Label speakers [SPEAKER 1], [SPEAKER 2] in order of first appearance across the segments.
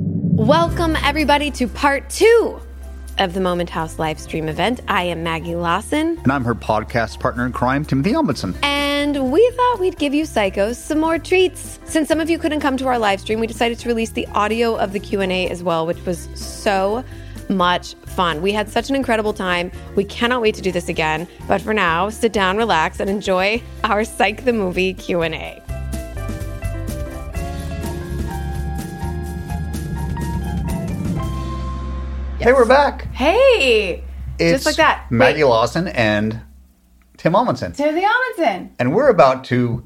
[SPEAKER 1] Welcome, everybody, to part two of the Moment House live stream event. I am Maggie Lawson,
[SPEAKER 2] And I'm her podcast partner in crime, Timothy Elmondson.
[SPEAKER 1] and we thought we'd give you psychos some more treats. Since some of you couldn't come to our live stream, we decided to release the audio of the Q&A as well, which was so much fun. We had such an incredible time. We cannot wait to do this again. But for now, sit down, relax, and enjoy our Psych the Movie Q&A.
[SPEAKER 2] Hey, we're back.
[SPEAKER 3] Hey! just like that.
[SPEAKER 2] Maggie Lawson and Tim Elmondson.
[SPEAKER 3] Timothy Amundsen.
[SPEAKER 2] And we're about to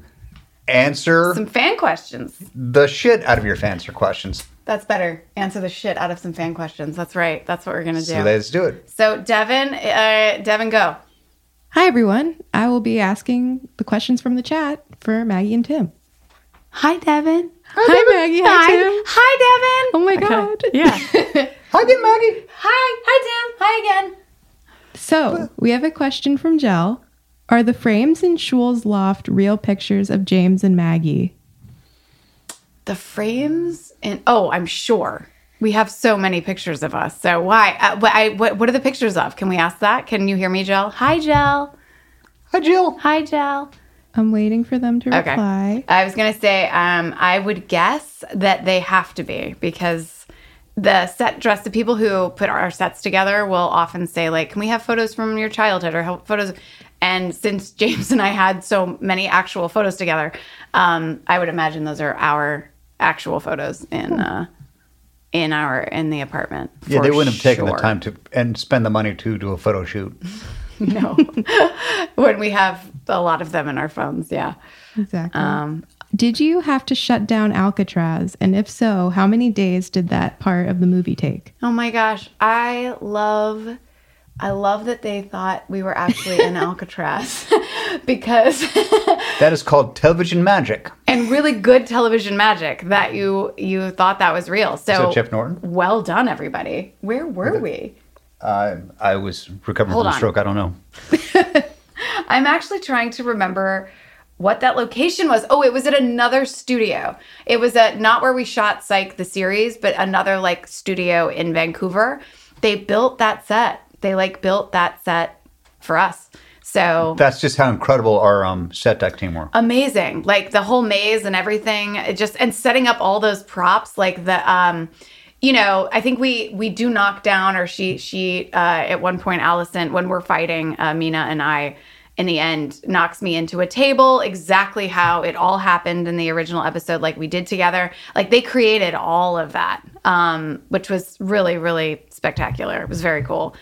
[SPEAKER 2] answer
[SPEAKER 3] Some fan questions.
[SPEAKER 2] the shit out of your fans for questions.
[SPEAKER 3] That's better. Answer the shit out of some fan questions. That's right. That's what we're gonna do.
[SPEAKER 2] So let's do it.
[SPEAKER 3] So Devin, uh, Devin, go.
[SPEAKER 4] Hi, everyone. I will be asking the questions from the chat for Maggie and Tim.
[SPEAKER 3] Hi, Devin.
[SPEAKER 4] Hi, Maggie.
[SPEAKER 3] Hi,
[SPEAKER 4] Hi, Tim.
[SPEAKER 3] hi, Devin.
[SPEAKER 4] Oh my God.
[SPEAKER 3] Yeah.
[SPEAKER 2] Hi again, Maggie.
[SPEAKER 3] hi, hi, Tim. Hi again.
[SPEAKER 4] So, we have a question from Jell. Are the frames in Shul's loft real pictures of James and Maggie?
[SPEAKER 3] The frames and oh, I'm sure we have so many pictures of us. So why? Uh, wh- I, what, what are the pictures of? Can we ask that? Can you hear me, Jell? Hi, Jell.
[SPEAKER 2] Hi, Jill.
[SPEAKER 3] Hi, Jell.
[SPEAKER 4] I'm waiting for them to
[SPEAKER 3] Okay.
[SPEAKER 4] reply.
[SPEAKER 3] I was gonna say, um, I would guess that they have to be because the set dress, the people who put our sets together will often say, like, can we have photos from your childhood or help photos? And since James and I had so many actual photos together, um, I would imagine those are our actual photos in uh, in our in the apartment.
[SPEAKER 2] Yeah, they
[SPEAKER 3] for
[SPEAKER 2] wouldn't have taken the
[SPEAKER 3] sure.
[SPEAKER 2] time to and spend the money to do a photo shoot.
[SPEAKER 3] No, when we have a lot of them in our phones, yeah.
[SPEAKER 4] Exactly.
[SPEAKER 3] Um,
[SPEAKER 4] did you have to shut down Alcatraz? And if so, how many days did that part of the movie take?
[SPEAKER 3] Oh my gosh, I love I love that they thought we were actually in Alcatraz because
[SPEAKER 2] That is called television magic.
[SPEAKER 3] and really good television magic that you you thought that was real. So,
[SPEAKER 2] So Jeff Norton?
[SPEAKER 3] Well done everybody. Where were we?
[SPEAKER 2] Uh, I was recovering
[SPEAKER 3] Hold
[SPEAKER 2] from a
[SPEAKER 3] on.
[SPEAKER 2] stroke. I don't know.
[SPEAKER 3] I'm actually trying to remember what that location was. Oh, it was at another studio. It was at not where we shot Psych the series, but another like studio in Vancouver. They built that set. They like built that set for us. So
[SPEAKER 2] That's just how incredible our um, set deck team
[SPEAKER 3] Oh.
[SPEAKER 2] were.
[SPEAKER 3] amazing like the whole maze and everything it just and setting up all those props like the um you know i think we we do knock down or she she uh at one point allison when we're fighting uh, mina and i in the end knocks me into a table exactly how it all happened in the original episode like we did together like they created all of that um which was really really spectacular it was very cool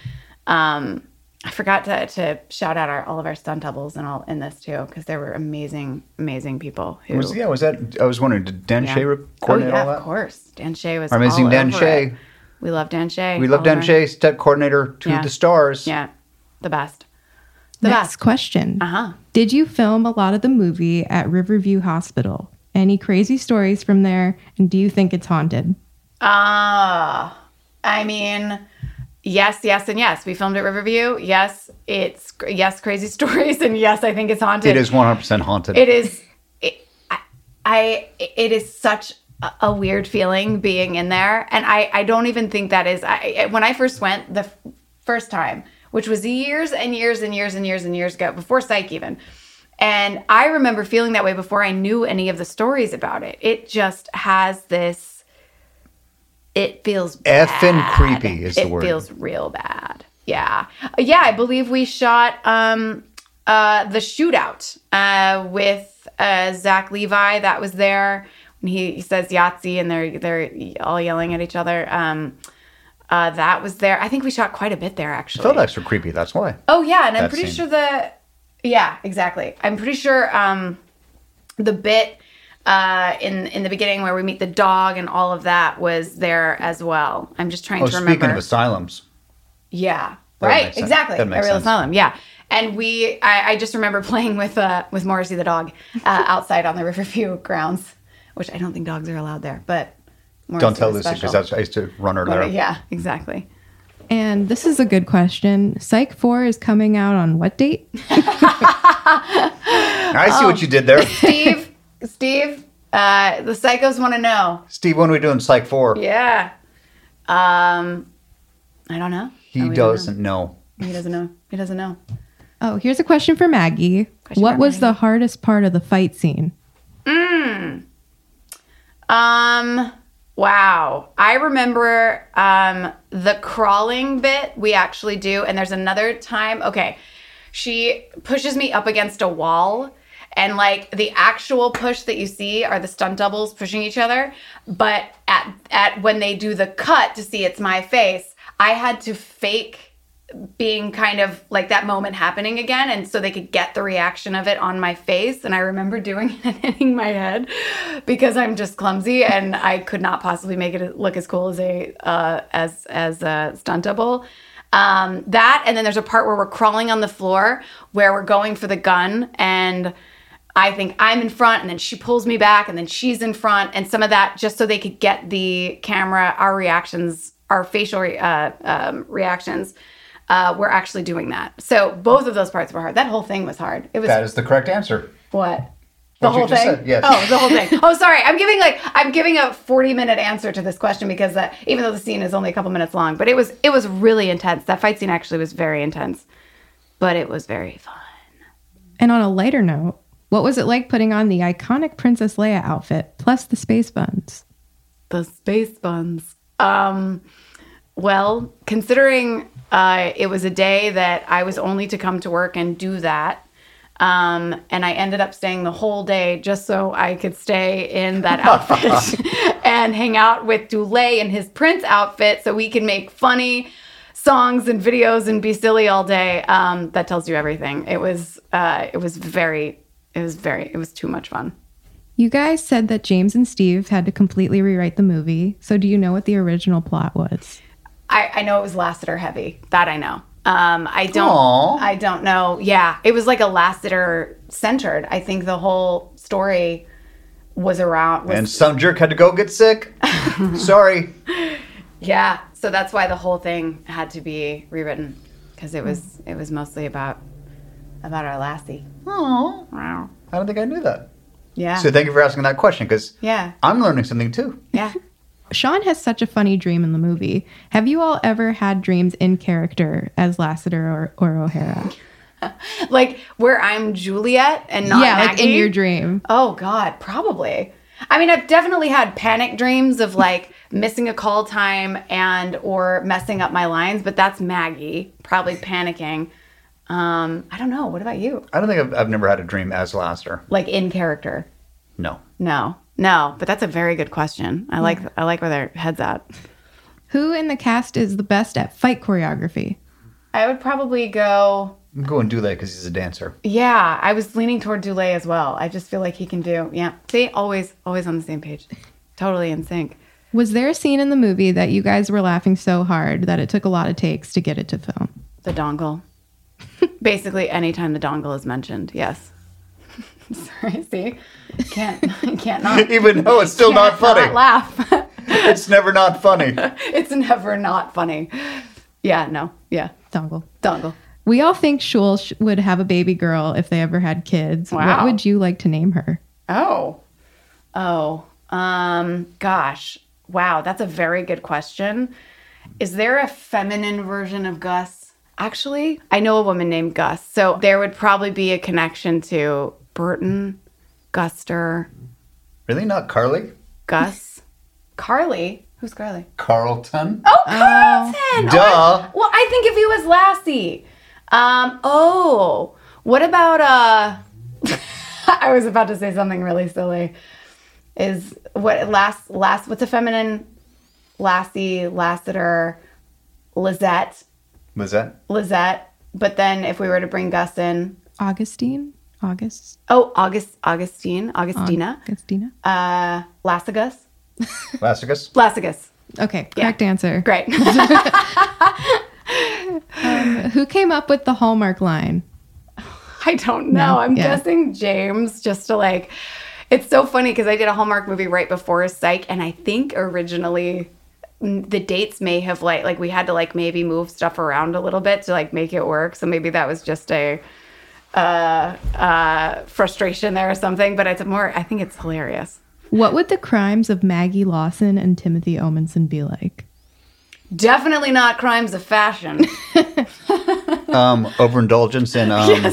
[SPEAKER 3] um, I forgot to, to shout out our all of our stunt doubles and all in this too because there were amazing, amazing people who.
[SPEAKER 2] Was, yeah, was that? I was wondering, did Dan
[SPEAKER 3] Yeah.
[SPEAKER 2] Shea
[SPEAKER 3] oh
[SPEAKER 2] coordinate
[SPEAKER 3] yeah,
[SPEAKER 2] all that?
[SPEAKER 3] of course. Dan Shea was
[SPEAKER 2] Our amazing
[SPEAKER 3] all
[SPEAKER 2] Dan
[SPEAKER 3] over
[SPEAKER 2] Shea.
[SPEAKER 3] it. We love Dan Shea.
[SPEAKER 2] We love
[SPEAKER 3] all of
[SPEAKER 2] Dan
[SPEAKER 3] our-
[SPEAKER 2] Shea, set coordinator to
[SPEAKER 3] Yeah.
[SPEAKER 2] the stars.
[SPEAKER 3] Yeah, the best. The
[SPEAKER 4] Next
[SPEAKER 3] best.
[SPEAKER 4] question.
[SPEAKER 3] Uh huh.
[SPEAKER 4] Did you film a lot of the movie at Riverview Hospital? Any crazy stories from there? And do you think it's haunted?
[SPEAKER 3] Ah, I mean, yes, yes, and yes. We filmed at Riverview. Yes, it's cr- yes, crazy stories, and yes, I think it's haunted.
[SPEAKER 2] It is 100% haunted.
[SPEAKER 3] it is it, I, I it is such a- a weird feeling being in there and i i don't even think that is i I- when i first went the f- first time which was years and years and years and years and years ago before psych even and i remember feeling that way before i knew any of the stories about it it just has this it feels
[SPEAKER 2] Effing
[SPEAKER 3] bad.
[SPEAKER 2] creepy is the
[SPEAKER 3] it
[SPEAKER 2] word.
[SPEAKER 3] feels real bad. Yeah. Uh, Yeah, I believe we shot um uh the shootout uh with uh Zach Levi that was there. And He, he says Yahtzee and they're they're all yelling at each other. Um uh that was there. I think we shot quite a bit there actually.
[SPEAKER 2] Thought extra creepy. That's why.
[SPEAKER 3] Oh yeah, and I'm
[SPEAKER 2] that
[SPEAKER 3] pretty
[SPEAKER 2] scene.
[SPEAKER 3] sure the yeah, exactly. I'm pretty sure um the bit uh in in the beginning where we meet the dog and all of that was there as well. I'm just trying
[SPEAKER 2] Oh,
[SPEAKER 3] to
[SPEAKER 2] speaking
[SPEAKER 3] remember.
[SPEAKER 2] of asylums,
[SPEAKER 3] Yeah.
[SPEAKER 2] That would make
[SPEAKER 3] right.
[SPEAKER 2] sense.
[SPEAKER 3] Exactly.
[SPEAKER 2] That makes
[SPEAKER 3] I real
[SPEAKER 2] sense.
[SPEAKER 3] asylum. Yeah. And we, I, I just remember playing with uh, with Morrissey the dog uh, outside on the Riverview grounds, which I don't think dogs are allowed there. But Morrissey
[SPEAKER 2] don't tell
[SPEAKER 3] was
[SPEAKER 2] Lucy because
[SPEAKER 3] special.
[SPEAKER 2] that's I used to run her there.
[SPEAKER 3] yeah, exactly.
[SPEAKER 4] And this is a good question. Psych 4 is coming out on what date?
[SPEAKER 2] I see
[SPEAKER 3] Oh.
[SPEAKER 2] what you did there,
[SPEAKER 3] Steve, Steve, uh, the psychos want to know.
[SPEAKER 2] Steve. When are we doing Psych Four?
[SPEAKER 3] Yeah. Um, I don't know.
[SPEAKER 2] He
[SPEAKER 3] Oh, we don't
[SPEAKER 2] doesn't know.
[SPEAKER 3] know. He doesn't know. He doesn't know.
[SPEAKER 4] Oh, here's a question for Maggie.
[SPEAKER 3] Question
[SPEAKER 4] what
[SPEAKER 3] for
[SPEAKER 4] was
[SPEAKER 3] Maggie.
[SPEAKER 4] the hardest part of the fight scene?
[SPEAKER 3] Um. Wow. I remember um the crawling bit we actually do, and there's another time. Okay, she pushes me up against a wall. And like the actual push that you see are the stunt doubles pushing each other, but at at when they do the cut to see it's my face, I had to fake being kind of like that moment happening again and so they could get the reaction of it on my face and i remember doing it and hitting my head because i'm just clumsy and i could not possibly make it look as cool as a uh, as as a stunt double um, that and then there's a part where we're crawling on the floor where we're going for the gun and I think I'm in front, and then she pulls me back, and then she's in front, and some of that just so they could get the camera, our reactions, our facial re- uh, um, reactions. Uh, we're actually doing that. So both of those parts were hard. That whole thing was hard. It was
[SPEAKER 2] That is the correct answer.
[SPEAKER 3] what? The
[SPEAKER 2] What you
[SPEAKER 3] whole
[SPEAKER 2] just
[SPEAKER 3] thing?
[SPEAKER 2] said, yes.
[SPEAKER 3] Oh, the whole thing. Oh, sorry. I'm giving like I'm giving a 40 minute answer to this question because uh, even though the scene is only a couple minutes long, but it was it was really intense. That fight scene actually was very intense, but it was very fun.
[SPEAKER 4] And on a lighter note, what was it like putting on the iconic Princess Leia outfit plus the space buns?
[SPEAKER 3] the space buns. Um, well, considering uh, it was a day that I was only to come to work and do that, um, and I ended up staying the whole day just so I could stay in that outfit and hang out with Dulé in his Prince outfit so we can make funny songs and videos and be silly all day. Um, that tells you everything. It was uh, it was very it was very it was too much fun.
[SPEAKER 4] You guys said that James and Steve had to completely rewrite the movie. So do you know what the original plot was?
[SPEAKER 3] I, I know it was Lassiter heavy. That I know. Um, I don't.
[SPEAKER 2] Aw.
[SPEAKER 3] I don't know. Yeah, it was like a Lassiter centered. I think the whole story was around. Was,
[SPEAKER 2] And some jerk had to go get sick. Sorry.
[SPEAKER 3] yeah, so that's why the whole thing had to be rewritten because it was it was mostly about about our Lassie.
[SPEAKER 2] Oh,
[SPEAKER 3] Wow.
[SPEAKER 2] I don't think I knew that.
[SPEAKER 3] Yeah.
[SPEAKER 2] So thank you for asking that question because
[SPEAKER 3] yeah.
[SPEAKER 2] I'm learning something too.
[SPEAKER 3] Yeah.
[SPEAKER 4] Sean has such a funny dream in the movie. Have you all ever had dreams in character as Lassiter or, or O'Hara?
[SPEAKER 3] Like where I'm Juliet and not
[SPEAKER 4] yeah, like in
[SPEAKER 3] Maggie?
[SPEAKER 4] your dream.
[SPEAKER 3] Oh God, probably. I mean, I've definitely had panic dreams of like missing a call time and or messing up my lines, but that's Maggie probably panicking. Um, I don't know. What about you?
[SPEAKER 2] I don't think I've, I've never had a dream as Laster.
[SPEAKER 3] Like in character?
[SPEAKER 2] No.
[SPEAKER 3] No, no. But that's a very good question. I like I like where their heads at.
[SPEAKER 4] Who in the cast is the best at fight choreography?
[SPEAKER 3] I would probably go.
[SPEAKER 2] I'm going to do that because he's a dancer.
[SPEAKER 3] Yeah, I was leaning toward Dulé as well. I just feel like he can do. Yeah, see, always, always on the same page, totally in sync.
[SPEAKER 4] Was there a scene in the movie that you guys were laughing so hard that it took a lot of takes to get it to film?
[SPEAKER 3] The dongle. Basically, anytime the dongle is mentioned, yes. Sorry, see, can't can't not.
[SPEAKER 2] Even though it's still not
[SPEAKER 3] can't
[SPEAKER 2] funny.
[SPEAKER 3] laugh.
[SPEAKER 2] it's never not funny.
[SPEAKER 3] it's never not funny. Yeah, no, yeah,
[SPEAKER 4] Dongle.
[SPEAKER 3] dongle.
[SPEAKER 4] We all think Shul sh- would have a baby girl if they ever had kids. What
[SPEAKER 3] Wow.
[SPEAKER 4] would you like to name her?
[SPEAKER 3] Oh, oh, um, gosh, wow, that's a very good question. Is there a feminine version of Gus? Actually, I know a woman named Gus, so there would probably be a connection to Burton, Guster,
[SPEAKER 2] Really? Not Carly?
[SPEAKER 3] Gus, Carly. Who's Carly?
[SPEAKER 2] Carlton?
[SPEAKER 3] Oh, Carlton.
[SPEAKER 2] Duh.
[SPEAKER 3] Oh, I- well, I think if he was Lassie. Um. Oh, what about uh? I was about to say something really silly. Is what last last? What's a feminine? Lassie, Lassiter, Lizette,
[SPEAKER 2] Was that?
[SPEAKER 3] Lizette. But then if we were to bring Gus in,
[SPEAKER 4] Augustine? August?
[SPEAKER 3] oh, August, Augustine, Augustina,
[SPEAKER 4] Augustina?
[SPEAKER 3] uh, Lassigus,
[SPEAKER 2] Lassicus?
[SPEAKER 3] Lassigus.
[SPEAKER 4] Okay, correct answer.
[SPEAKER 3] Great.
[SPEAKER 4] Who came up with the Hallmark line?
[SPEAKER 3] I don't know. I'm
[SPEAKER 4] Yeah.
[SPEAKER 3] guessing James just to like it's so funny because I did a Hallmark movie right before Psych and I think originally mm, the dates may have like like we had to like maybe move stuff around a little bit to like make it work. So maybe that was just a uh uh frustration there or something, but it's more I think it's hilarious.
[SPEAKER 4] What would the crimes of Maggie Lawson and Timothy Omenson be like?
[SPEAKER 3] Definitely not crimes of fashion.
[SPEAKER 2] Um, overindulgence in um,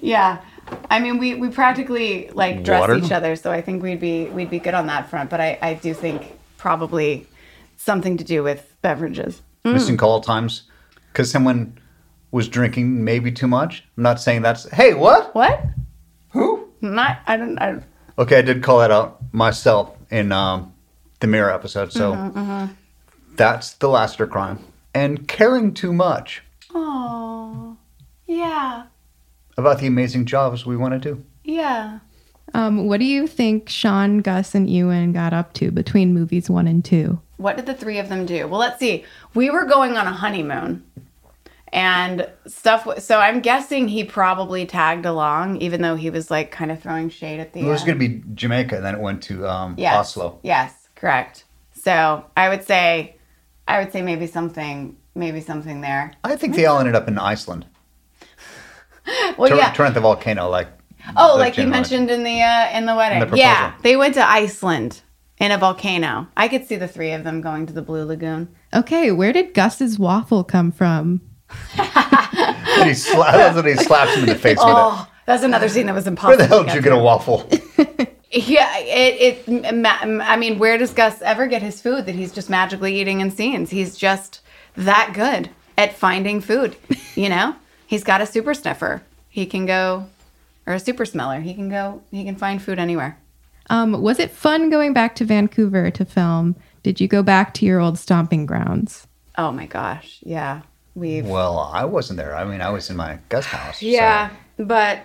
[SPEAKER 3] yeah. I mean, we, we practically like dress
[SPEAKER 2] Water?
[SPEAKER 3] each other, so I think we'd be we'd be good on that front. But I, I do think probably something to do with beverages.
[SPEAKER 2] missing call times because someone was drinking maybe too much. I'm not saying that's. Hey, what?
[SPEAKER 3] What?
[SPEAKER 2] Who?
[SPEAKER 3] Not I don't I don't-
[SPEAKER 2] Okay, I did call that out myself in um, the mirror episode. So
[SPEAKER 3] Mm-hmm,
[SPEAKER 2] that's the laster crime. And caring too much
[SPEAKER 3] Oh, yeah,
[SPEAKER 2] about the amazing jobs we want to do.
[SPEAKER 3] yeah.
[SPEAKER 4] Um, what do you think Sean, Gus, and Ewan got up to between movies one and two?
[SPEAKER 3] What did the three of them do? Well, let's see. We were going on a honeymoon and stuff. w- So I'm guessing he probably tagged along, even though he was like kind of throwing shade at the
[SPEAKER 2] It was going
[SPEAKER 3] end.
[SPEAKER 2] to be Jamaica, and then it went to um,
[SPEAKER 3] yes.
[SPEAKER 2] Oslo.
[SPEAKER 3] Yes, correct. So I would say, I would say maybe something, maybe something there.
[SPEAKER 2] I think they all ended up in Iceland.
[SPEAKER 3] Well,
[SPEAKER 2] Tur-
[SPEAKER 3] yeah.
[SPEAKER 2] Turn the volcano, like.
[SPEAKER 3] oh,
[SPEAKER 2] the
[SPEAKER 3] like you
[SPEAKER 2] general-
[SPEAKER 3] mentioned in the uh, in the wedding.
[SPEAKER 2] proposal.
[SPEAKER 3] yeah, they went to Iceland in a volcano. I could see the three of them going to the Blue Lagoon.
[SPEAKER 4] Okay, where did Gus's waffle come from?
[SPEAKER 2] And he, sla- I love that he slaps him in the face with
[SPEAKER 3] Oh, that's another scene that was
[SPEAKER 2] it. Where
[SPEAKER 3] impossible.
[SPEAKER 2] the hell
[SPEAKER 3] to
[SPEAKER 2] did
[SPEAKER 3] get
[SPEAKER 2] you get a waffle?
[SPEAKER 3] Yeah, it. it ma- I mean, where does Gus ever get his food that he's just magically eating in scenes? He's just that good at finding food. You know, he's got a super sniffer. He can go, or a super smeller. He can go. He can find food anywhere.
[SPEAKER 4] Um, was it fun going back to Vancouver to film? Did you go back to your old stomping grounds?
[SPEAKER 3] Oh my gosh, yeah, we've.
[SPEAKER 2] well, I wasn't there. I mean, I was in my guest house. so-
[SPEAKER 3] Yeah, but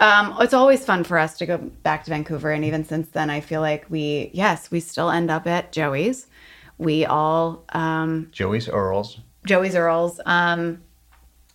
[SPEAKER 3] um, it's always fun for us to go back to Vancouver, and even since then, I feel like we, yes, we still end up at Joey's. We all, um,
[SPEAKER 2] Joey's Earls.
[SPEAKER 3] Joey's Earls. Um,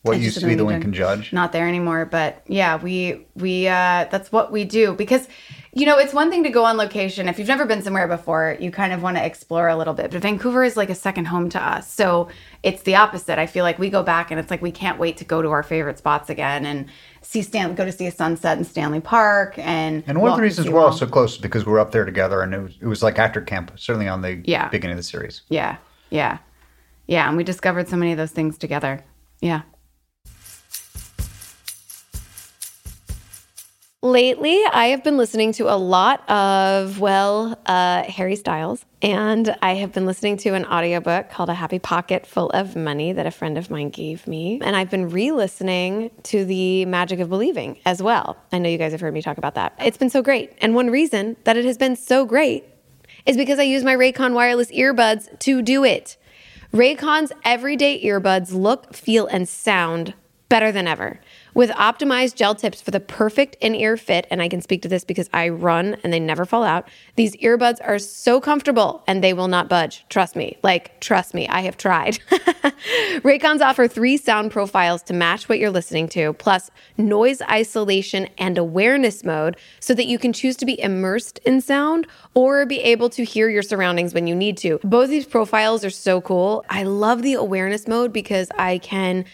[SPEAKER 2] What
[SPEAKER 3] It's
[SPEAKER 2] used
[SPEAKER 3] just
[SPEAKER 2] to be the
[SPEAKER 3] another
[SPEAKER 2] Lincoln Judge.
[SPEAKER 3] not there anymore but yeah we we uh that's what we do because you know it's one thing to go on location if you've never been somewhere before you kind of want to explore a little bit but vancouver is like a second home to us so it's the opposite i feel like we go back and it's like we can't wait to go to our favorite spots again and see stan go to see a sunset in stanley park and
[SPEAKER 2] And one of
[SPEAKER 3] walk-
[SPEAKER 2] the reasons
[SPEAKER 3] see
[SPEAKER 2] we're all
[SPEAKER 3] walls.
[SPEAKER 2] so close is because we're up there together, and it was, it was like actor camp, certainly on the
[SPEAKER 3] Yeah.
[SPEAKER 2] beginning of the series.
[SPEAKER 3] yeah yeah yeah and we discovered so many of those things together yeah
[SPEAKER 1] Lately, I have been listening to a lot of, well, uh, Harry Styles, and I have been listening to an audiobook called A Happy Pocket Full of Money that a friend of mine gave me. And I've been re listening to The Magic of Believing as well. I know you guys have heard me talk about that. It's been so great. And one reason that it has been so great is because I use my Raycon wireless earbuds to do it. Raycon's everyday earbuds look, feel, and sound better than ever. With optimized gel tips for the perfect in ear fit, and I can speak to this because I run and they never fall out. These earbuds are so comfortable and they will not budge. Trust me. Like, trust me, I have tried. Raycons offer three sound profiles to match what you're listening to, plus noise isolation and awareness mode so that you can choose to be immersed in sound or be able to hear your surroundings when you need to. Both these profiles are so cool. I love the awareness mode because I can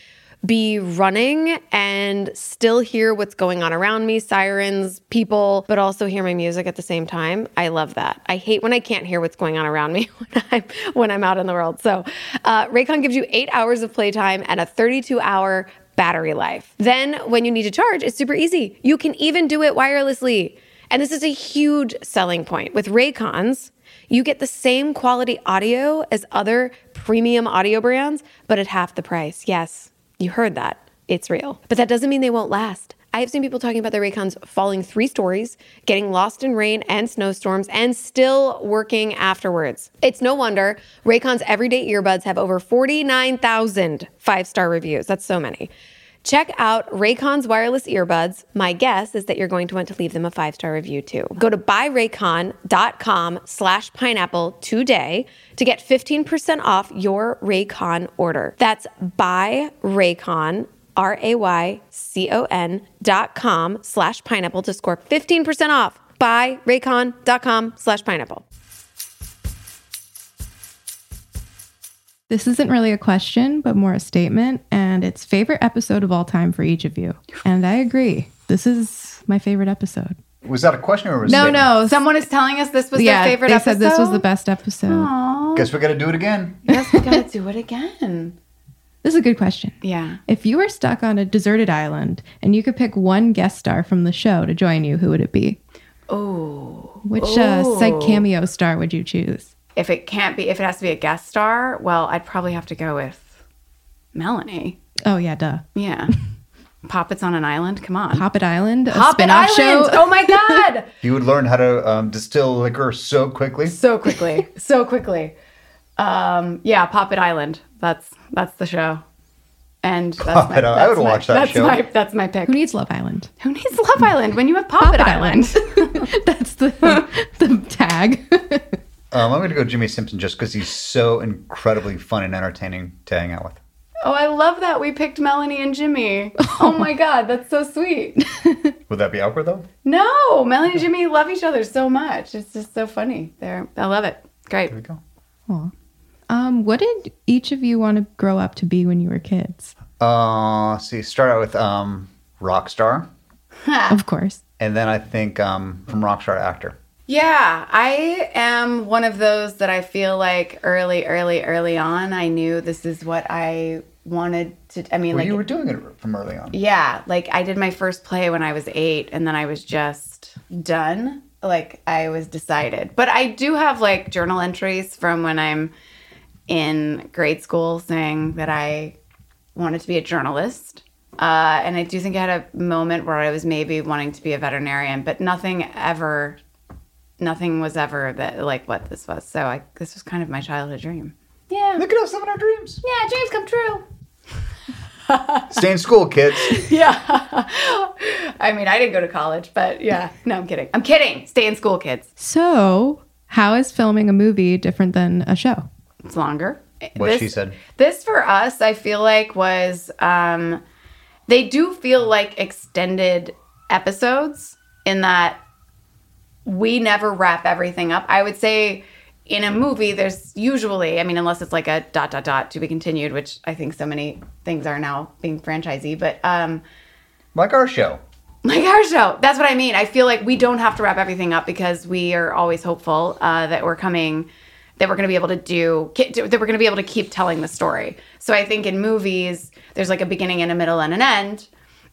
[SPEAKER 1] be running and still hear what's going on around me sirens, people, but also hear my music at the same time. I love that. I hate when I can't hear what's going on around me when I'm, when I'm out in the world. So, uh, Raycon gives you eight hours of playtime and a 32 hour battery life. Then, when you need to charge, it's super easy. You can even do it wirelessly. And this is a huge selling point. With Raycons, you get the same quality audio as other premium audio brands, but at half the price. Yes, you heard that. It's real. But that doesn't mean they won't last. I have seen people talking about their Raycons falling three stories, getting lost in rain and snowstorms, and still working afterwards. It's no wonder Raycon's everyday earbuds have over 49,000 five star reviews. That's so many. Check out Raycon's wireless earbuds. My guess is that you're going to want to leave them a five-star review too. Go to buyraycon.com slash pineapple today to get 15% off your Raycon order. That's buyraycon, R-A-Y-C-O-N dot com slash pineapple to score 15% off. Buyraycon.com slash pineapple.
[SPEAKER 4] This isn't really a question, but more a statement, and it's favorite episode of all time for each of you. And I agree. This is my favorite episode.
[SPEAKER 2] Was that a question or was
[SPEAKER 4] No, no.
[SPEAKER 3] Someone is telling us this was
[SPEAKER 4] yeah,
[SPEAKER 3] their favorite
[SPEAKER 4] they
[SPEAKER 3] episode.
[SPEAKER 4] said this was the best episode.
[SPEAKER 3] Aw.
[SPEAKER 2] Guess we got to do it again.
[SPEAKER 3] Guess we gotta do it again.
[SPEAKER 4] This is a good question.
[SPEAKER 3] Yeah.
[SPEAKER 4] If you were stuck on a deserted island and you could pick one guest star from the show to join you, who would it be?
[SPEAKER 3] Oh.
[SPEAKER 4] Which uh, said
[SPEAKER 3] Ooh.
[SPEAKER 4] cameo star would you choose?
[SPEAKER 3] If it can't be, if it has to be a guest star, well, I'd probably have to go with Melanie.
[SPEAKER 4] Oh yeah, duh.
[SPEAKER 3] Yeah. Poppets on an island. Come on.
[SPEAKER 4] Poppet Island, a
[SPEAKER 3] Poppet
[SPEAKER 4] spin-off show.
[SPEAKER 3] Oh my god.
[SPEAKER 2] You would learn how to um, distill liquor so quickly.
[SPEAKER 3] so quickly. So quickly. Um, yeah, Poppet Island. That's that's the show. And that's my,
[SPEAKER 2] Poppet Island. I
[SPEAKER 3] that's
[SPEAKER 2] would
[SPEAKER 3] my-
[SPEAKER 2] watch that
[SPEAKER 3] that's
[SPEAKER 2] show.
[SPEAKER 3] My, that's my pick.
[SPEAKER 4] Who needs Love Island?
[SPEAKER 3] Who needs Love Island when you have Poppet, Island?
[SPEAKER 4] That's the the tag.
[SPEAKER 2] Um, I'm going to go Jimmy Simpson just because he's so incredibly fun and entertaining to hang out with.
[SPEAKER 3] oh, I love that we picked Melanie and Jimmy. Oh my god, that's so sweet.
[SPEAKER 2] Would that be awkward though?
[SPEAKER 3] No, Melanie and Jimmy love each other so much. It's just so funny. They're I love it. Great.
[SPEAKER 2] There we go.
[SPEAKER 4] Aw. um, what did each of you want to grow up to be when you were kids?
[SPEAKER 2] Uh, let's see, start out with um, rock star,
[SPEAKER 3] Ah.
[SPEAKER 4] Of course.
[SPEAKER 2] and then I think um, from rock star to actor.
[SPEAKER 3] Yeah, I am one of those that I feel like early, early, early on, I knew this is what I wanted to. I mean,
[SPEAKER 2] Well,
[SPEAKER 3] like,
[SPEAKER 2] you were doing it from early on.
[SPEAKER 3] yeah, like I did my first play when I was eight, and then I was just done. Like, I was decided. But I do have like journal entries from when I'm in grade school saying that I wanted to be a journalist. Uh, and I do think I had a moment where I was maybe wanting to be a veterinarian, but nothing ever nothing was ever that like what this was. So I this was kind of my childhood dream. Yeah.
[SPEAKER 2] Look at us living our dreams.
[SPEAKER 3] Yeah, dreams come true.
[SPEAKER 2] Stay in school, kids.
[SPEAKER 3] Yeah. I mean, I didn't go to college, but yeah. No, I'm kidding. I'm kidding. Stay in school, kids.
[SPEAKER 4] So, how is filming a movie different than a show?
[SPEAKER 3] It's longer.
[SPEAKER 2] What she said.
[SPEAKER 3] This for us, I feel like was um they do feel like extended episodes in that we never wrap everything up. I would say in a movie, there's usually, I mean, unless it's like a dot, dot, dot to be continued, which I think so many things are now being franchisee, but um,
[SPEAKER 2] Like our show.
[SPEAKER 3] like our show. That's what I mean. I feel like we don't have to wrap everything up because we are always hopeful uh, that we're coming, that we're going to be able to do, ki- that we're going to be able to keep telling the story. So I think in movies, there's like a beginning and a middle and an end.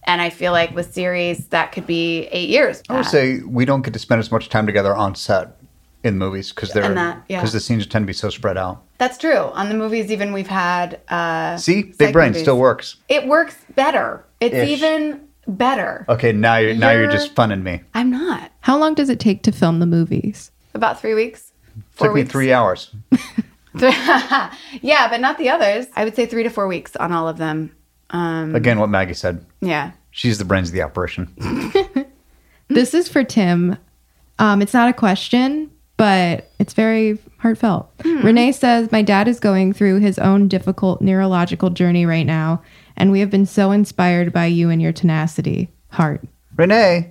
[SPEAKER 3] And I feel like with series, that could be eight years.
[SPEAKER 2] I would say we don't get to spend as much time together on set in movies because they're
[SPEAKER 3] And
[SPEAKER 2] because
[SPEAKER 3] that, yeah.
[SPEAKER 2] the scenes tend to be so spread out.
[SPEAKER 3] That's true. On the movies, even we've had, uh,
[SPEAKER 2] See, big
[SPEAKER 3] Psych
[SPEAKER 2] brain
[SPEAKER 3] movies.
[SPEAKER 2] still works.
[SPEAKER 3] it works better. It's
[SPEAKER 2] Ish. Uh,
[SPEAKER 3] even better.
[SPEAKER 2] Okay, now you're now you're
[SPEAKER 3] You're-
[SPEAKER 2] just funning me.
[SPEAKER 3] I'm not.
[SPEAKER 4] How long does it take to film the movies?
[SPEAKER 3] About three weeks. Four
[SPEAKER 2] Took
[SPEAKER 3] weeks.
[SPEAKER 2] me three hours.
[SPEAKER 3] yeah, but not the others. I would say three to four weeks on all of them. Um,
[SPEAKER 2] Again, what Maggie said.
[SPEAKER 3] yeah.
[SPEAKER 2] She's the brains of the operation.
[SPEAKER 4] This is for Tim. Um, it's not a question, but it's very heartfelt.
[SPEAKER 3] Hmm.
[SPEAKER 4] Renee says, My dad is going through his own difficult neurological journey right now, and we have been so inspired by you and your tenacity. Heart.
[SPEAKER 2] Renee,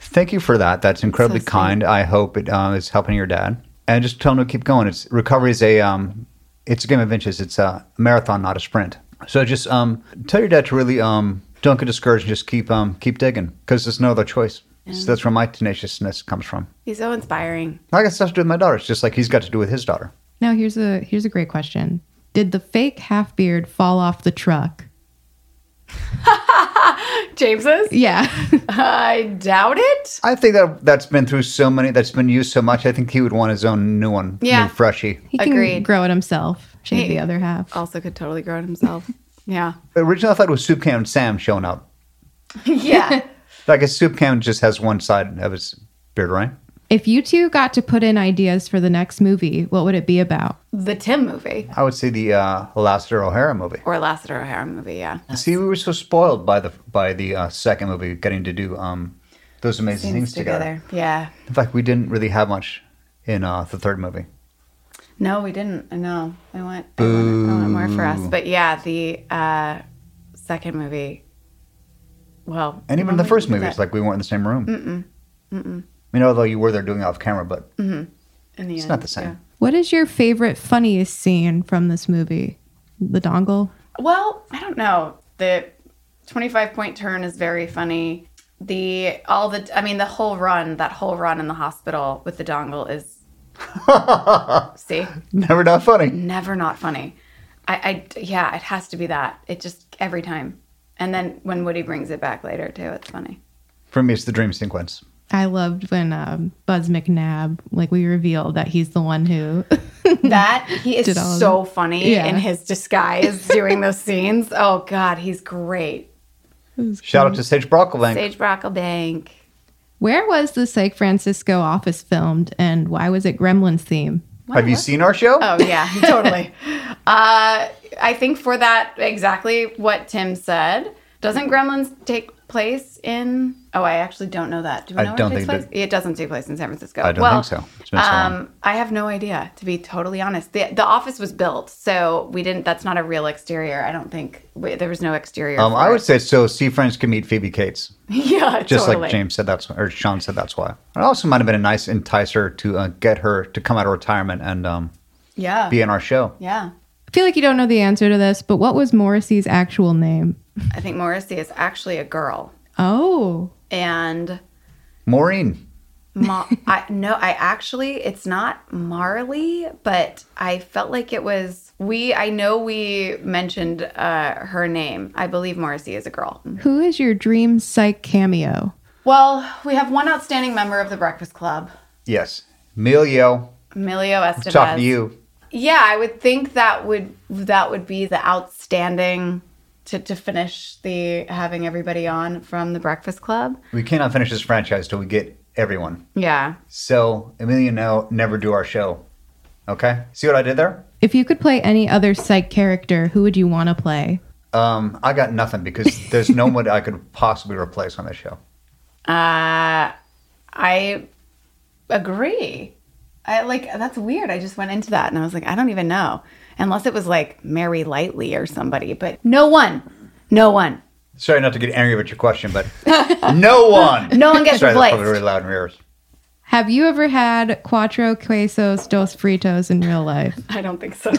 [SPEAKER 2] thank you for that. That's incredibly
[SPEAKER 4] sweet.
[SPEAKER 2] kind. I hope it uh, is helping your dad. And just tell him to keep going. It's recovery is a um, it's a game of inches. It's a marathon, not a sprint. So just um, tell your dad to really um, don't get discouraged. and Just keep um, keep digging because there's no other choice. So that's where my tenaciousness comes from.
[SPEAKER 3] He's so inspiring.
[SPEAKER 2] I got stuff to do with my daughter. It's just like he's got to do with his daughter.
[SPEAKER 4] Now here's a here's a great question. Did the fake half beard fall off the truck?
[SPEAKER 3] James's?
[SPEAKER 4] Yeah.
[SPEAKER 3] I doubt it.
[SPEAKER 2] I think that that's been through so many. That's been used so much. I think he would want his own new one.
[SPEAKER 3] Yeah.
[SPEAKER 2] new freshie.
[SPEAKER 4] he can
[SPEAKER 3] Agreed.
[SPEAKER 4] grow it himself.
[SPEAKER 3] Hey.
[SPEAKER 4] Shave
[SPEAKER 3] Oh.
[SPEAKER 4] the other half.
[SPEAKER 3] Also could totally grow it himself. yeah.
[SPEAKER 2] Originally, I thought it was Soup Can Sam showing up.
[SPEAKER 3] Yeah.
[SPEAKER 2] Like a soup can just has one side of his beard, right?
[SPEAKER 4] If you two got to put in ideas for the next movie, what would it be about?
[SPEAKER 3] the Tim movie
[SPEAKER 2] I would say the uh, Lassiter O'Hara movie.
[SPEAKER 3] or Lassiter O'Hara movie. Yeah.
[SPEAKER 2] See, we were so spoiled by the by the uh, second movie, getting to do um, those amazing things together.
[SPEAKER 3] Yeah.
[SPEAKER 2] In fact, we didn't really have much in uh, the third movie.
[SPEAKER 3] No, we didn't. No, I want, I want, I want more for us. But yeah, the uh, second movie. Well,
[SPEAKER 2] And even
[SPEAKER 3] when
[SPEAKER 2] the
[SPEAKER 3] we
[SPEAKER 2] first
[SPEAKER 3] did
[SPEAKER 2] movie,
[SPEAKER 3] that
[SPEAKER 2] it's like we weren't in the same room. Mm-mm. Mm-mm. You know, although you were there doing it off camera, but
[SPEAKER 3] in the
[SPEAKER 2] it's
[SPEAKER 3] end,
[SPEAKER 2] not the same.
[SPEAKER 3] yeah.
[SPEAKER 4] What is your favorite funniest scene from this movie? The dongle?
[SPEAKER 3] Well, I don't know. The 25 point turn is very funny. the all the I mean the whole run that whole run in the hospital with the dongle is see
[SPEAKER 2] Never not funny.
[SPEAKER 3] never not funny. I, I yeah, it has to be that. It just every time. And then when Woody brings it back later too, it's funny.
[SPEAKER 2] For me, it's the dream sequence.
[SPEAKER 4] I loved when um, Buzz McNabb, like we revealed that he's the one who.
[SPEAKER 3] That he is
[SPEAKER 4] Did all of
[SPEAKER 3] so funny
[SPEAKER 4] Yeah.
[SPEAKER 3] in his disguise doing those scenes. Oh God, he's great.
[SPEAKER 2] Shout out to Sage Brocklebank.
[SPEAKER 3] Sage Brocklebank.
[SPEAKER 4] Where was the Psych Francisco office filmed, and why was it Gremlins theme?
[SPEAKER 2] Have you seen our show?
[SPEAKER 3] Oh yeah, totally. uh, I think for that exactly what Tim said. Doesn't Gremlins take place in? Oh, I actually don't know that. Do we
[SPEAKER 2] I
[SPEAKER 3] know where
[SPEAKER 2] don't
[SPEAKER 3] it takes
[SPEAKER 2] think
[SPEAKER 3] place? It doesn't take place in San Francisco.
[SPEAKER 2] I don't
[SPEAKER 3] well,
[SPEAKER 2] think so. It's been so long.
[SPEAKER 3] Um, I have no idea, to be totally honest. The, the office was built, so we didn't. That's not a real exterior. I don't think we, there was no exterior.
[SPEAKER 2] Um,
[SPEAKER 3] for
[SPEAKER 2] I
[SPEAKER 3] it.
[SPEAKER 2] would say so. Sea friends can meet Phoebe Cates,
[SPEAKER 3] yeah,
[SPEAKER 2] just
[SPEAKER 3] totally.
[SPEAKER 2] like James said. That's or Sean said. That's why. It also might have been a nice enticer to uh, get her to come out of retirement and um,
[SPEAKER 3] Yeah,
[SPEAKER 2] be in our show.
[SPEAKER 3] yeah.
[SPEAKER 4] I feel like you don't know the answer to this, but what was Morrissey's actual name?
[SPEAKER 3] I think Morrissey is actually a girl,
[SPEAKER 4] Oh,
[SPEAKER 3] and
[SPEAKER 2] Maureen.
[SPEAKER 3] Ma- I, no, I actually, it's not Marley, but I felt like it was. We, I know we mentioned uh, her name. I believe Morrissey is a girl.
[SPEAKER 4] who is your dream psych cameo?
[SPEAKER 3] Well, we have one outstanding member of the Breakfast Club,
[SPEAKER 2] Yes, Emilio.
[SPEAKER 3] Emilio Estevez.
[SPEAKER 2] Talking to you.
[SPEAKER 3] Yeah, I would think that would that would be the outstanding to to finish the having everybody on from the Breakfast Club.
[SPEAKER 2] We cannot finish this franchise till we get everyone.
[SPEAKER 3] Yeah,
[SPEAKER 2] So Emilio, no, never do our show. Okay. See what I did there?
[SPEAKER 4] If you could play any other psych character, who would you want to play?
[SPEAKER 2] Um, I got nothing because there's no one I could possibly replace on this show.
[SPEAKER 3] Uh, I agree. I like that's weird. I just went into that and I was like, I don't even know, unless it was like Mary Lightly or somebody. But no one, no one,
[SPEAKER 2] Sorry not to get angry about your question, but no one.
[SPEAKER 3] No one gets
[SPEAKER 2] Sorry, that's
[SPEAKER 3] replaced.
[SPEAKER 2] probably really loud in your ears.
[SPEAKER 4] Have you ever had cuatro quesos dos fritos in real life?
[SPEAKER 3] I don't think so.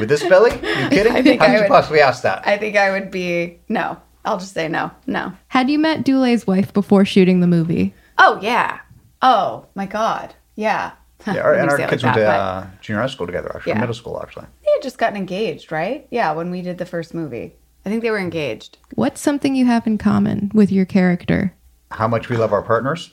[SPEAKER 2] With this belly? You kidding?
[SPEAKER 3] I think
[SPEAKER 2] How
[SPEAKER 3] I
[SPEAKER 2] could you
[SPEAKER 3] would-
[SPEAKER 2] possibly ask that?
[SPEAKER 3] I think I would be no. I'll just say no, no.
[SPEAKER 4] Had you met Dule's wife before shooting the movie?
[SPEAKER 3] Oh yeah. Oh my God. Yeah.
[SPEAKER 2] yeah, our, and
[SPEAKER 3] Wouldn't
[SPEAKER 2] our
[SPEAKER 3] say it like
[SPEAKER 2] kids
[SPEAKER 3] that,
[SPEAKER 2] went to
[SPEAKER 3] but
[SPEAKER 2] uh, junior high school together, actually,
[SPEAKER 3] Yeah.
[SPEAKER 2] middle school, actually.
[SPEAKER 3] they had just gotten engaged, right? Yeah, when we did the first movie, I think they were engaged.
[SPEAKER 4] What's something you have in common with your character?
[SPEAKER 2] How much we love our partners?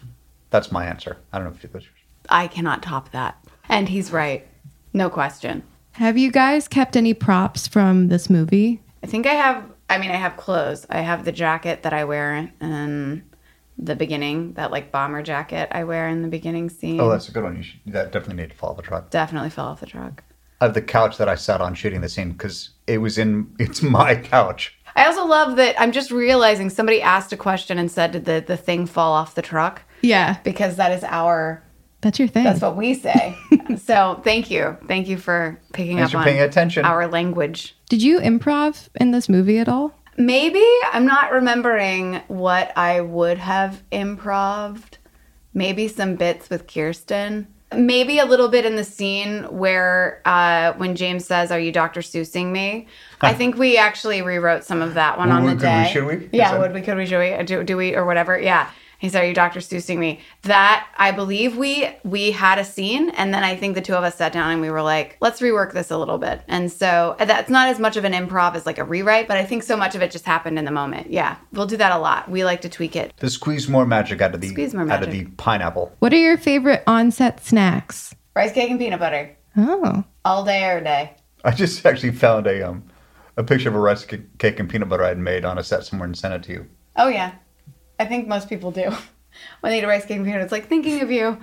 [SPEAKER 2] That's my answer. I don't know if you yours.
[SPEAKER 3] I cannot top that. And he's right. No question.
[SPEAKER 4] Have you guys kept any props from this movie?
[SPEAKER 3] I think I have. I mean, I have clothes. I have the jacket that I wear in the beginning, that like bomber jacket I wear in the beginning scene.
[SPEAKER 2] Oh, that's a good one. You should, that definitely need to follow the truck.
[SPEAKER 3] Definitely fell off the truck.
[SPEAKER 2] of the couch that I sat on shooting the scene because it was in it's my couch.
[SPEAKER 3] I also love that I'm just realizing somebody asked a question and said, "Did the the thing fall off the truck?"
[SPEAKER 4] Yeah,
[SPEAKER 3] Because that is our.
[SPEAKER 4] that's your thing.
[SPEAKER 3] That's what we say. so thank you, thank you for picking
[SPEAKER 2] Thanks
[SPEAKER 3] up
[SPEAKER 2] for paying
[SPEAKER 3] on
[SPEAKER 2] attention.
[SPEAKER 3] our language.
[SPEAKER 4] Did you improv in this movie at all?
[SPEAKER 3] Maybe I'm not remembering what I would have improved. Maybe some bits with Kirsten. Maybe a little bit in the scene where uh, when James says, "Are you Dr. Seussing me?" I think we actually rewrote some of that one
[SPEAKER 2] Would
[SPEAKER 3] on
[SPEAKER 2] we,
[SPEAKER 3] the
[SPEAKER 2] could we,
[SPEAKER 3] day.
[SPEAKER 2] should we? Is
[SPEAKER 3] Yeah,
[SPEAKER 2] that-
[SPEAKER 3] would we? Could we? Should we? Do, do we or whatever? Yeah. He said, "Are you Dr. Seussing me?" That I believe we we had a scene, and then I think the two of us sat down and we were like, "Let's rework this a little bit." And so uh, that's not as much of an improv as like a rewrite, but I think so much of it just happened in the moment. Yeah, we'll do that a lot. We like to tweak it.
[SPEAKER 2] To squeeze more magic out of the
[SPEAKER 3] Squeeze more
[SPEAKER 2] out of the
[SPEAKER 3] magic.
[SPEAKER 2] pineapple.
[SPEAKER 4] What are your favorite on-set snacks?
[SPEAKER 3] Rice cake and peanut butter
[SPEAKER 4] Oh,
[SPEAKER 3] all day, every day.
[SPEAKER 2] I just actually found a um a picture of a rice ca- cake and peanut butter I had made on a set somewhere and sent it to you.
[SPEAKER 3] Oh yeah, I think most people do when they eat a rice cake and peanut. butter, It's like thinking of you.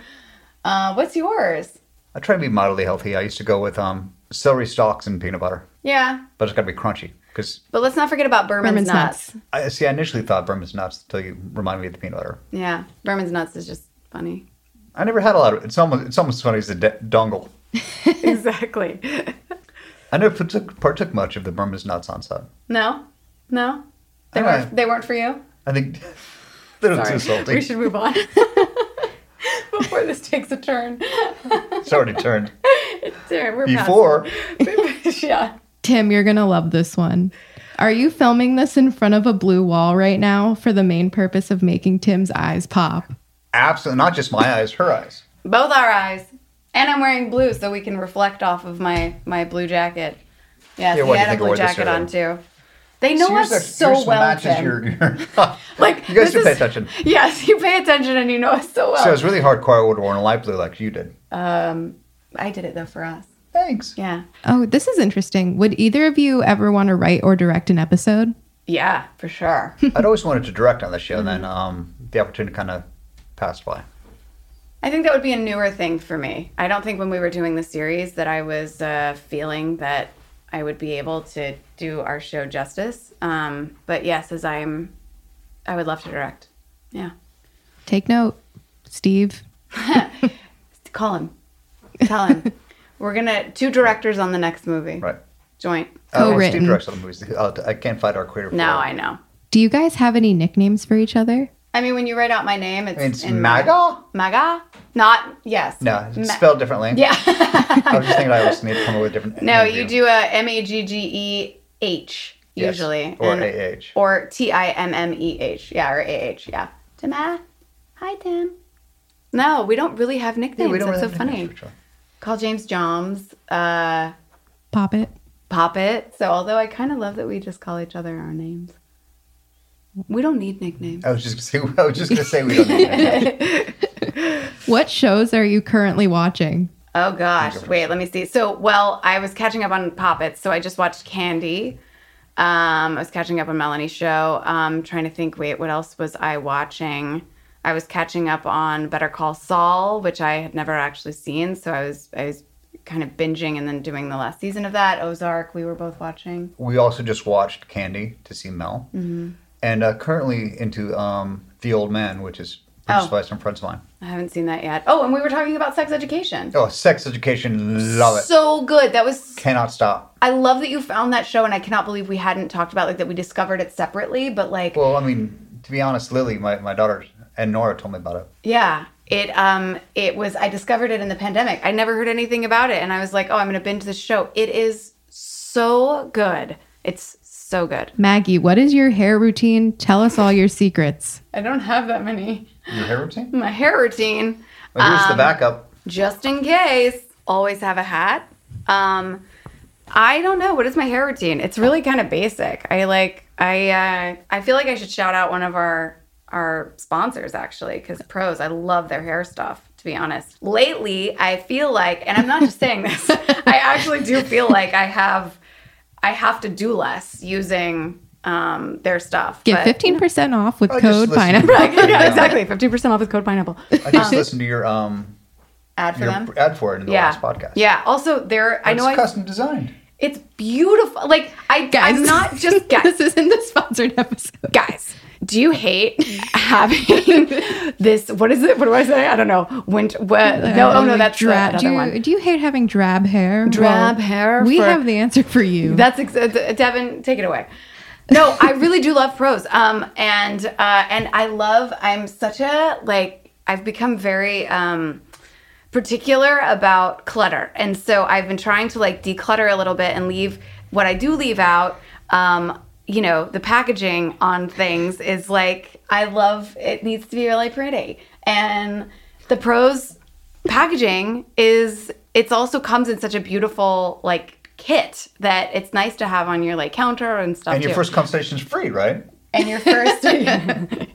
[SPEAKER 3] Uh, what's yours?
[SPEAKER 2] I try to be moderately healthy. I used to go with um celery stalks and peanut butter,
[SPEAKER 3] Yeah,
[SPEAKER 2] but it's got to be crunchy because.
[SPEAKER 3] but let's not forget about Berman's,
[SPEAKER 4] Berman's
[SPEAKER 3] nuts.
[SPEAKER 4] nuts.
[SPEAKER 2] I see. I initially thought Burma's nuts until you reminded me of the peanut butter.
[SPEAKER 3] Yeah, Berman's nuts is just funny.
[SPEAKER 2] I never had a lot of. It's almost. It's almost as funny as the de- dongle.
[SPEAKER 3] exactly.
[SPEAKER 2] I never partook, partook much of the Burma's nuts on set.
[SPEAKER 3] No, no, they
[SPEAKER 2] I
[SPEAKER 3] weren't.
[SPEAKER 2] know.
[SPEAKER 3] They weren't for you.
[SPEAKER 2] I think they're too
[SPEAKER 3] Sorry,
[SPEAKER 2] salty.
[SPEAKER 3] we should move on before this takes a turn.
[SPEAKER 2] It's already turned.
[SPEAKER 3] Sorry, we're past
[SPEAKER 2] Before
[SPEAKER 3] it. yeah.
[SPEAKER 4] Tim, you're gonna love this one. Are you filming this in front of a blue wall right now for the main purpose of making Tim's eyes pop?
[SPEAKER 2] Absolutely, not just my eyes, her eyes.
[SPEAKER 3] Both our eyes. And I'm wearing blue so we can reflect off of my my blue jacket.
[SPEAKER 2] Yeah,
[SPEAKER 3] Yes, he
[SPEAKER 2] what do you
[SPEAKER 3] had a
[SPEAKER 2] think I
[SPEAKER 3] blue
[SPEAKER 2] wore this
[SPEAKER 3] jacket
[SPEAKER 2] earlier?
[SPEAKER 3] on too. They know
[SPEAKER 2] yours are-
[SPEAKER 3] us so
[SPEAKER 2] yours
[SPEAKER 3] well.
[SPEAKER 2] matches
[SPEAKER 3] Tim.
[SPEAKER 2] your- your-
[SPEAKER 3] like
[SPEAKER 2] You guys
[SPEAKER 3] this
[SPEAKER 2] should pay
[SPEAKER 3] is-
[SPEAKER 2] attention.
[SPEAKER 3] Yes, you pay attention and you know us so well.
[SPEAKER 2] so it's really hardcore. I would have worn a light blue like you did.
[SPEAKER 3] um, I did it though for us.
[SPEAKER 2] Thanks.
[SPEAKER 3] Yeah,
[SPEAKER 4] Oh, this is interesting. Would either of you ever want to write or direct an episode?
[SPEAKER 3] yeah, for sure.
[SPEAKER 2] I'd always wanted to direct on the show, and then
[SPEAKER 3] Mm-hmm.
[SPEAKER 2] um, the opportunity kind of passed by.
[SPEAKER 3] I think that would be a newer thing for me. I don't think when we were doing the series that I was uh, feeling that I would be able to do our show justice. Um, but yes, as I'm, I would love to direct. Yeah,
[SPEAKER 4] Take note, Steve.
[SPEAKER 3] call him, tell him we're gonna two directors on the next movie
[SPEAKER 2] Right.
[SPEAKER 3] joint.
[SPEAKER 2] I don't want
[SPEAKER 4] Co-written.
[SPEAKER 2] Steve directs all the movies. Uh, I can't fight our creator. for
[SPEAKER 3] No,
[SPEAKER 2] that.
[SPEAKER 3] I know.
[SPEAKER 4] Do you guys have any nicknames for each other?
[SPEAKER 3] I mean, when you write out my name, it's,
[SPEAKER 2] It's
[SPEAKER 3] in my-
[SPEAKER 2] MAGA?
[SPEAKER 3] Maga, not yes.
[SPEAKER 2] No, it's
[SPEAKER 3] Ma-
[SPEAKER 2] spelled differently.
[SPEAKER 3] Yeah.
[SPEAKER 2] I was just thinking I always need to come up with a different.
[SPEAKER 3] no,
[SPEAKER 2] name for
[SPEAKER 3] you do a M A G G E H
[SPEAKER 2] Yes,
[SPEAKER 3] usually,
[SPEAKER 2] or
[SPEAKER 3] and-
[SPEAKER 2] AH.
[SPEAKER 3] or T I M M E H. Yeah, or A H. Yeah. Tim, ah, hi Tim. No, we don't really have nicknames.
[SPEAKER 2] Yeah, we don't
[SPEAKER 3] That's
[SPEAKER 2] really have
[SPEAKER 3] so funny.
[SPEAKER 2] nicknames for each other.
[SPEAKER 3] Call James Joms, uh,
[SPEAKER 4] Pop it.
[SPEAKER 3] Poppet. So although I kind of love that we just call each other our names, we don't need nicknames.
[SPEAKER 2] I was just gonna say. I was just gonna say we don't need nicknames.
[SPEAKER 4] What shows are you currently watching?
[SPEAKER 3] Oh gosh, wait, let me see. So, well, I was catching up on Poppets, so I just watched Candy. Um, I was catching up on Melanie's show. Um, trying to think, wait, what else was I watching? I was catching up on Better Call Saul, which I had never actually seen, so I was I was kind of binging and then doing the last season of that. Ozark, we were both watching.
[SPEAKER 2] We also just watched Candy to see Mel,
[SPEAKER 3] Mm-hmm.
[SPEAKER 2] and uh, currently into um, The Old Man, which is produced
[SPEAKER 3] Oh.
[SPEAKER 2] by some friends of mine.
[SPEAKER 3] I haven't seen that yet. Oh, and we were talking about sex education.
[SPEAKER 2] Oh, Sex Education, love it.
[SPEAKER 3] So good. That was
[SPEAKER 2] Cannot stop.
[SPEAKER 3] I love that you found that show and I cannot believe we hadn't talked about like that we discovered it separately, but like
[SPEAKER 2] Well, I mean, to be honest, Lily, my, my daughter and Nora told me about it.
[SPEAKER 3] Yeah. It um it was I discovered it in the pandemic. I never heard anything about it and I was like, "Oh, I'm going to binge this show." It is so good. It's so good.
[SPEAKER 4] Maggie, what is your hair routine? Tell us all your secrets.
[SPEAKER 3] I don't have that many.
[SPEAKER 2] Your hair routine?
[SPEAKER 3] My hair routine,
[SPEAKER 2] Well, here's the
[SPEAKER 3] Um,
[SPEAKER 2] backup.
[SPEAKER 3] just in case, always have a hat. Um I don't know what is my hair routine. It's really kind of basic. I like I uh I feel like I should shout out one of our our sponsors actually cuz pros I love their hair stuff to be honest. Lately, I feel like and I'm not just saying this. I actually do feel like I have I have to do less using um their stuff.
[SPEAKER 4] Get
[SPEAKER 3] but-
[SPEAKER 4] 15% off with
[SPEAKER 2] I Oh, just
[SPEAKER 4] code
[SPEAKER 2] listened.
[SPEAKER 4] pineapple.
[SPEAKER 3] yeah, exactly. 50% off with code pineapple.
[SPEAKER 2] I just listened to your um
[SPEAKER 3] Ad for
[SPEAKER 2] your
[SPEAKER 3] them.
[SPEAKER 2] ad for it in the
[SPEAKER 3] yeah.
[SPEAKER 2] last podcast.
[SPEAKER 3] Yeah. Also, there I
[SPEAKER 2] It's
[SPEAKER 3] know I
[SPEAKER 2] custom designed.
[SPEAKER 3] It's beautiful. Like I,
[SPEAKER 4] Guys,
[SPEAKER 3] I'm not just guys.
[SPEAKER 4] this isn't the sponsored episode.
[SPEAKER 3] guys, do you hate having this? What is it? What do I say? I don't know. Winter. What, no, oh no, that's
[SPEAKER 4] drab.
[SPEAKER 3] the,
[SPEAKER 4] do,
[SPEAKER 3] another
[SPEAKER 4] you,
[SPEAKER 3] one.
[SPEAKER 4] do you hate having drab hair?
[SPEAKER 3] Drab hair
[SPEAKER 4] We
[SPEAKER 3] for-
[SPEAKER 4] have the answer for you.
[SPEAKER 3] That's ex- uh, Devin. Take it away. No, I really do love pros. Um, and uh, and I love. I'm such a like. I've become very um particular about clutter. And so I've been trying to like declutter a little bit and leave what I do leave out. Um, you know, the packaging on things is like, I love it, needs to be really pretty. And the pros packaging is, it's also comes in such a beautiful like kit that it's nice to have on your like counter and stuff.
[SPEAKER 2] And your
[SPEAKER 3] too.
[SPEAKER 2] first conversation's free, right?
[SPEAKER 3] and your first,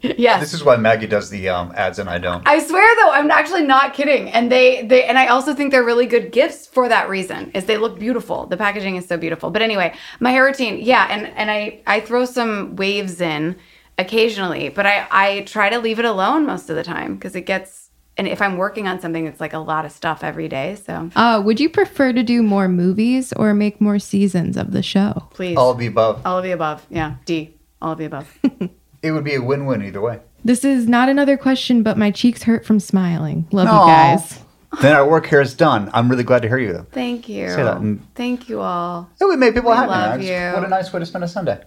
[SPEAKER 3] yes.
[SPEAKER 2] This is why Maggie does the um, ads and I don't.
[SPEAKER 3] I swear though, I'm actually not kidding. And they they and I also think they're really good gifts for that reason. Is they look beautiful. The packaging is so beautiful. But anyway, my hair routine, yeah, and and I I throw some waves in occasionally, but I I try to leave it alone most of the time because it gets and if I'm working on something, it's like a lot of stuff every day. So
[SPEAKER 4] Uh, would you prefer to do more movies or make more seasons of the show?
[SPEAKER 3] please,
[SPEAKER 2] All of the above.
[SPEAKER 3] all of the above. Yeah, D, all of the above.
[SPEAKER 2] It would be a win-win either way.
[SPEAKER 4] This is not another question, but my cheeks hurt from smiling. Love
[SPEAKER 2] Aw.
[SPEAKER 4] you guys.
[SPEAKER 2] then our work here is done. I'm really glad to hear you.
[SPEAKER 3] Thank you.
[SPEAKER 2] that in-
[SPEAKER 3] Thank you all.
[SPEAKER 2] It would make people happy.
[SPEAKER 3] love
[SPEAKER 2] I just-
[SPEAKER 3] you.
[SPEAKER 2] What a nice way to spend a Sunday.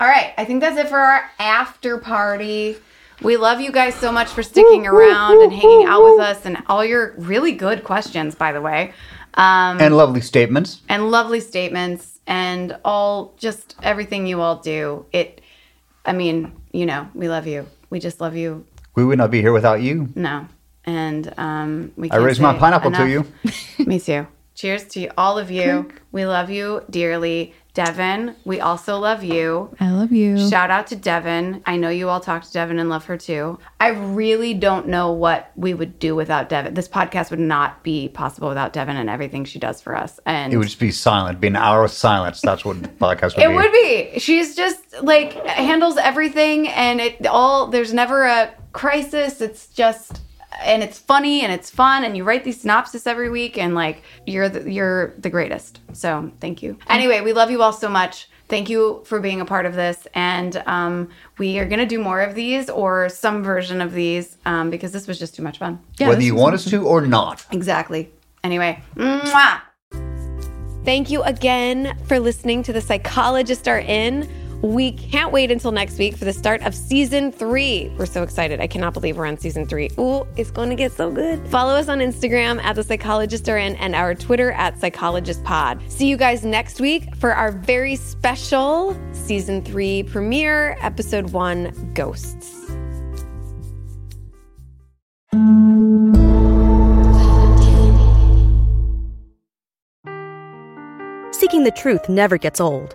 [SPEAKER 3] All right, I think that's it for our after party. We love you guys so much for sticking around and hanging out with us and all your really good questions, by the way, um,
[SPEAKER 2] And lovely statements.
[SPEAKER 3] and lovely statements. and all just everything you all do. It, I mean, you know, we love you. We just love you.
[SPEAKER 2] We would not be here without you.
[SPEAKER 3] No, and um, we.
[SPEAKER 2] I
[SPEAKER 3] can't
[SPEAKER 2] raised my
[SPEAKER 3] say
[SPEAKER 2] pineapple to
[SPEAKER 3] enough. Me too. Cheers to you- all of you. We love you dearly, Devin. We also love you.
[SPEAKER 4] I love you.
[SPEAKER 3] Shout out to Devin. I know you all talk to Devin and love her too. I really don't know what we would do without Devin. This podcast would not be possible without Devin and everything she does for us. And
[SPEAKER 2] It would just be silent, be an hour of silence. That's what the podcast would
[SPEAKER 3] it
[SPEAKER 2] be.
[SPEAKER 3] would be. She's just like handles everything, and it all. There's never a crisis. It's just, and it's funny and it's fun, and you write these synopsis every week, and like you're the, you're the greatest. So thank you. Anyway, we love you all so much. Thank you for being a part of this, and um, we are gonna do more of these or some version of these um, because this was just too much fun.
[SPEAKER 4] Yeah,
[SPEAKER 2] Whether
[SPEAKER 4] this
[SPEAKER 2] you
[SPEAKER 4] was
[SPEAKER 2] want us to or not.
[SPEAKER 3] Exactly. Anyway, mwah!
[SPEAKER 1] Thank you again for listening to The Psychologists Are In. We can't wait until next week for the start of season three. We're so excited. I cannot believe we're on season three. Ooh, it's going to get so good. Follow us on Instagram at The Psychologists Are In and our Twitter at Psychologist Pod. See you guys next week for our very special season three premiere, episode one Ghosts.
[SPEAKER 5] Seeking the truth never gets old.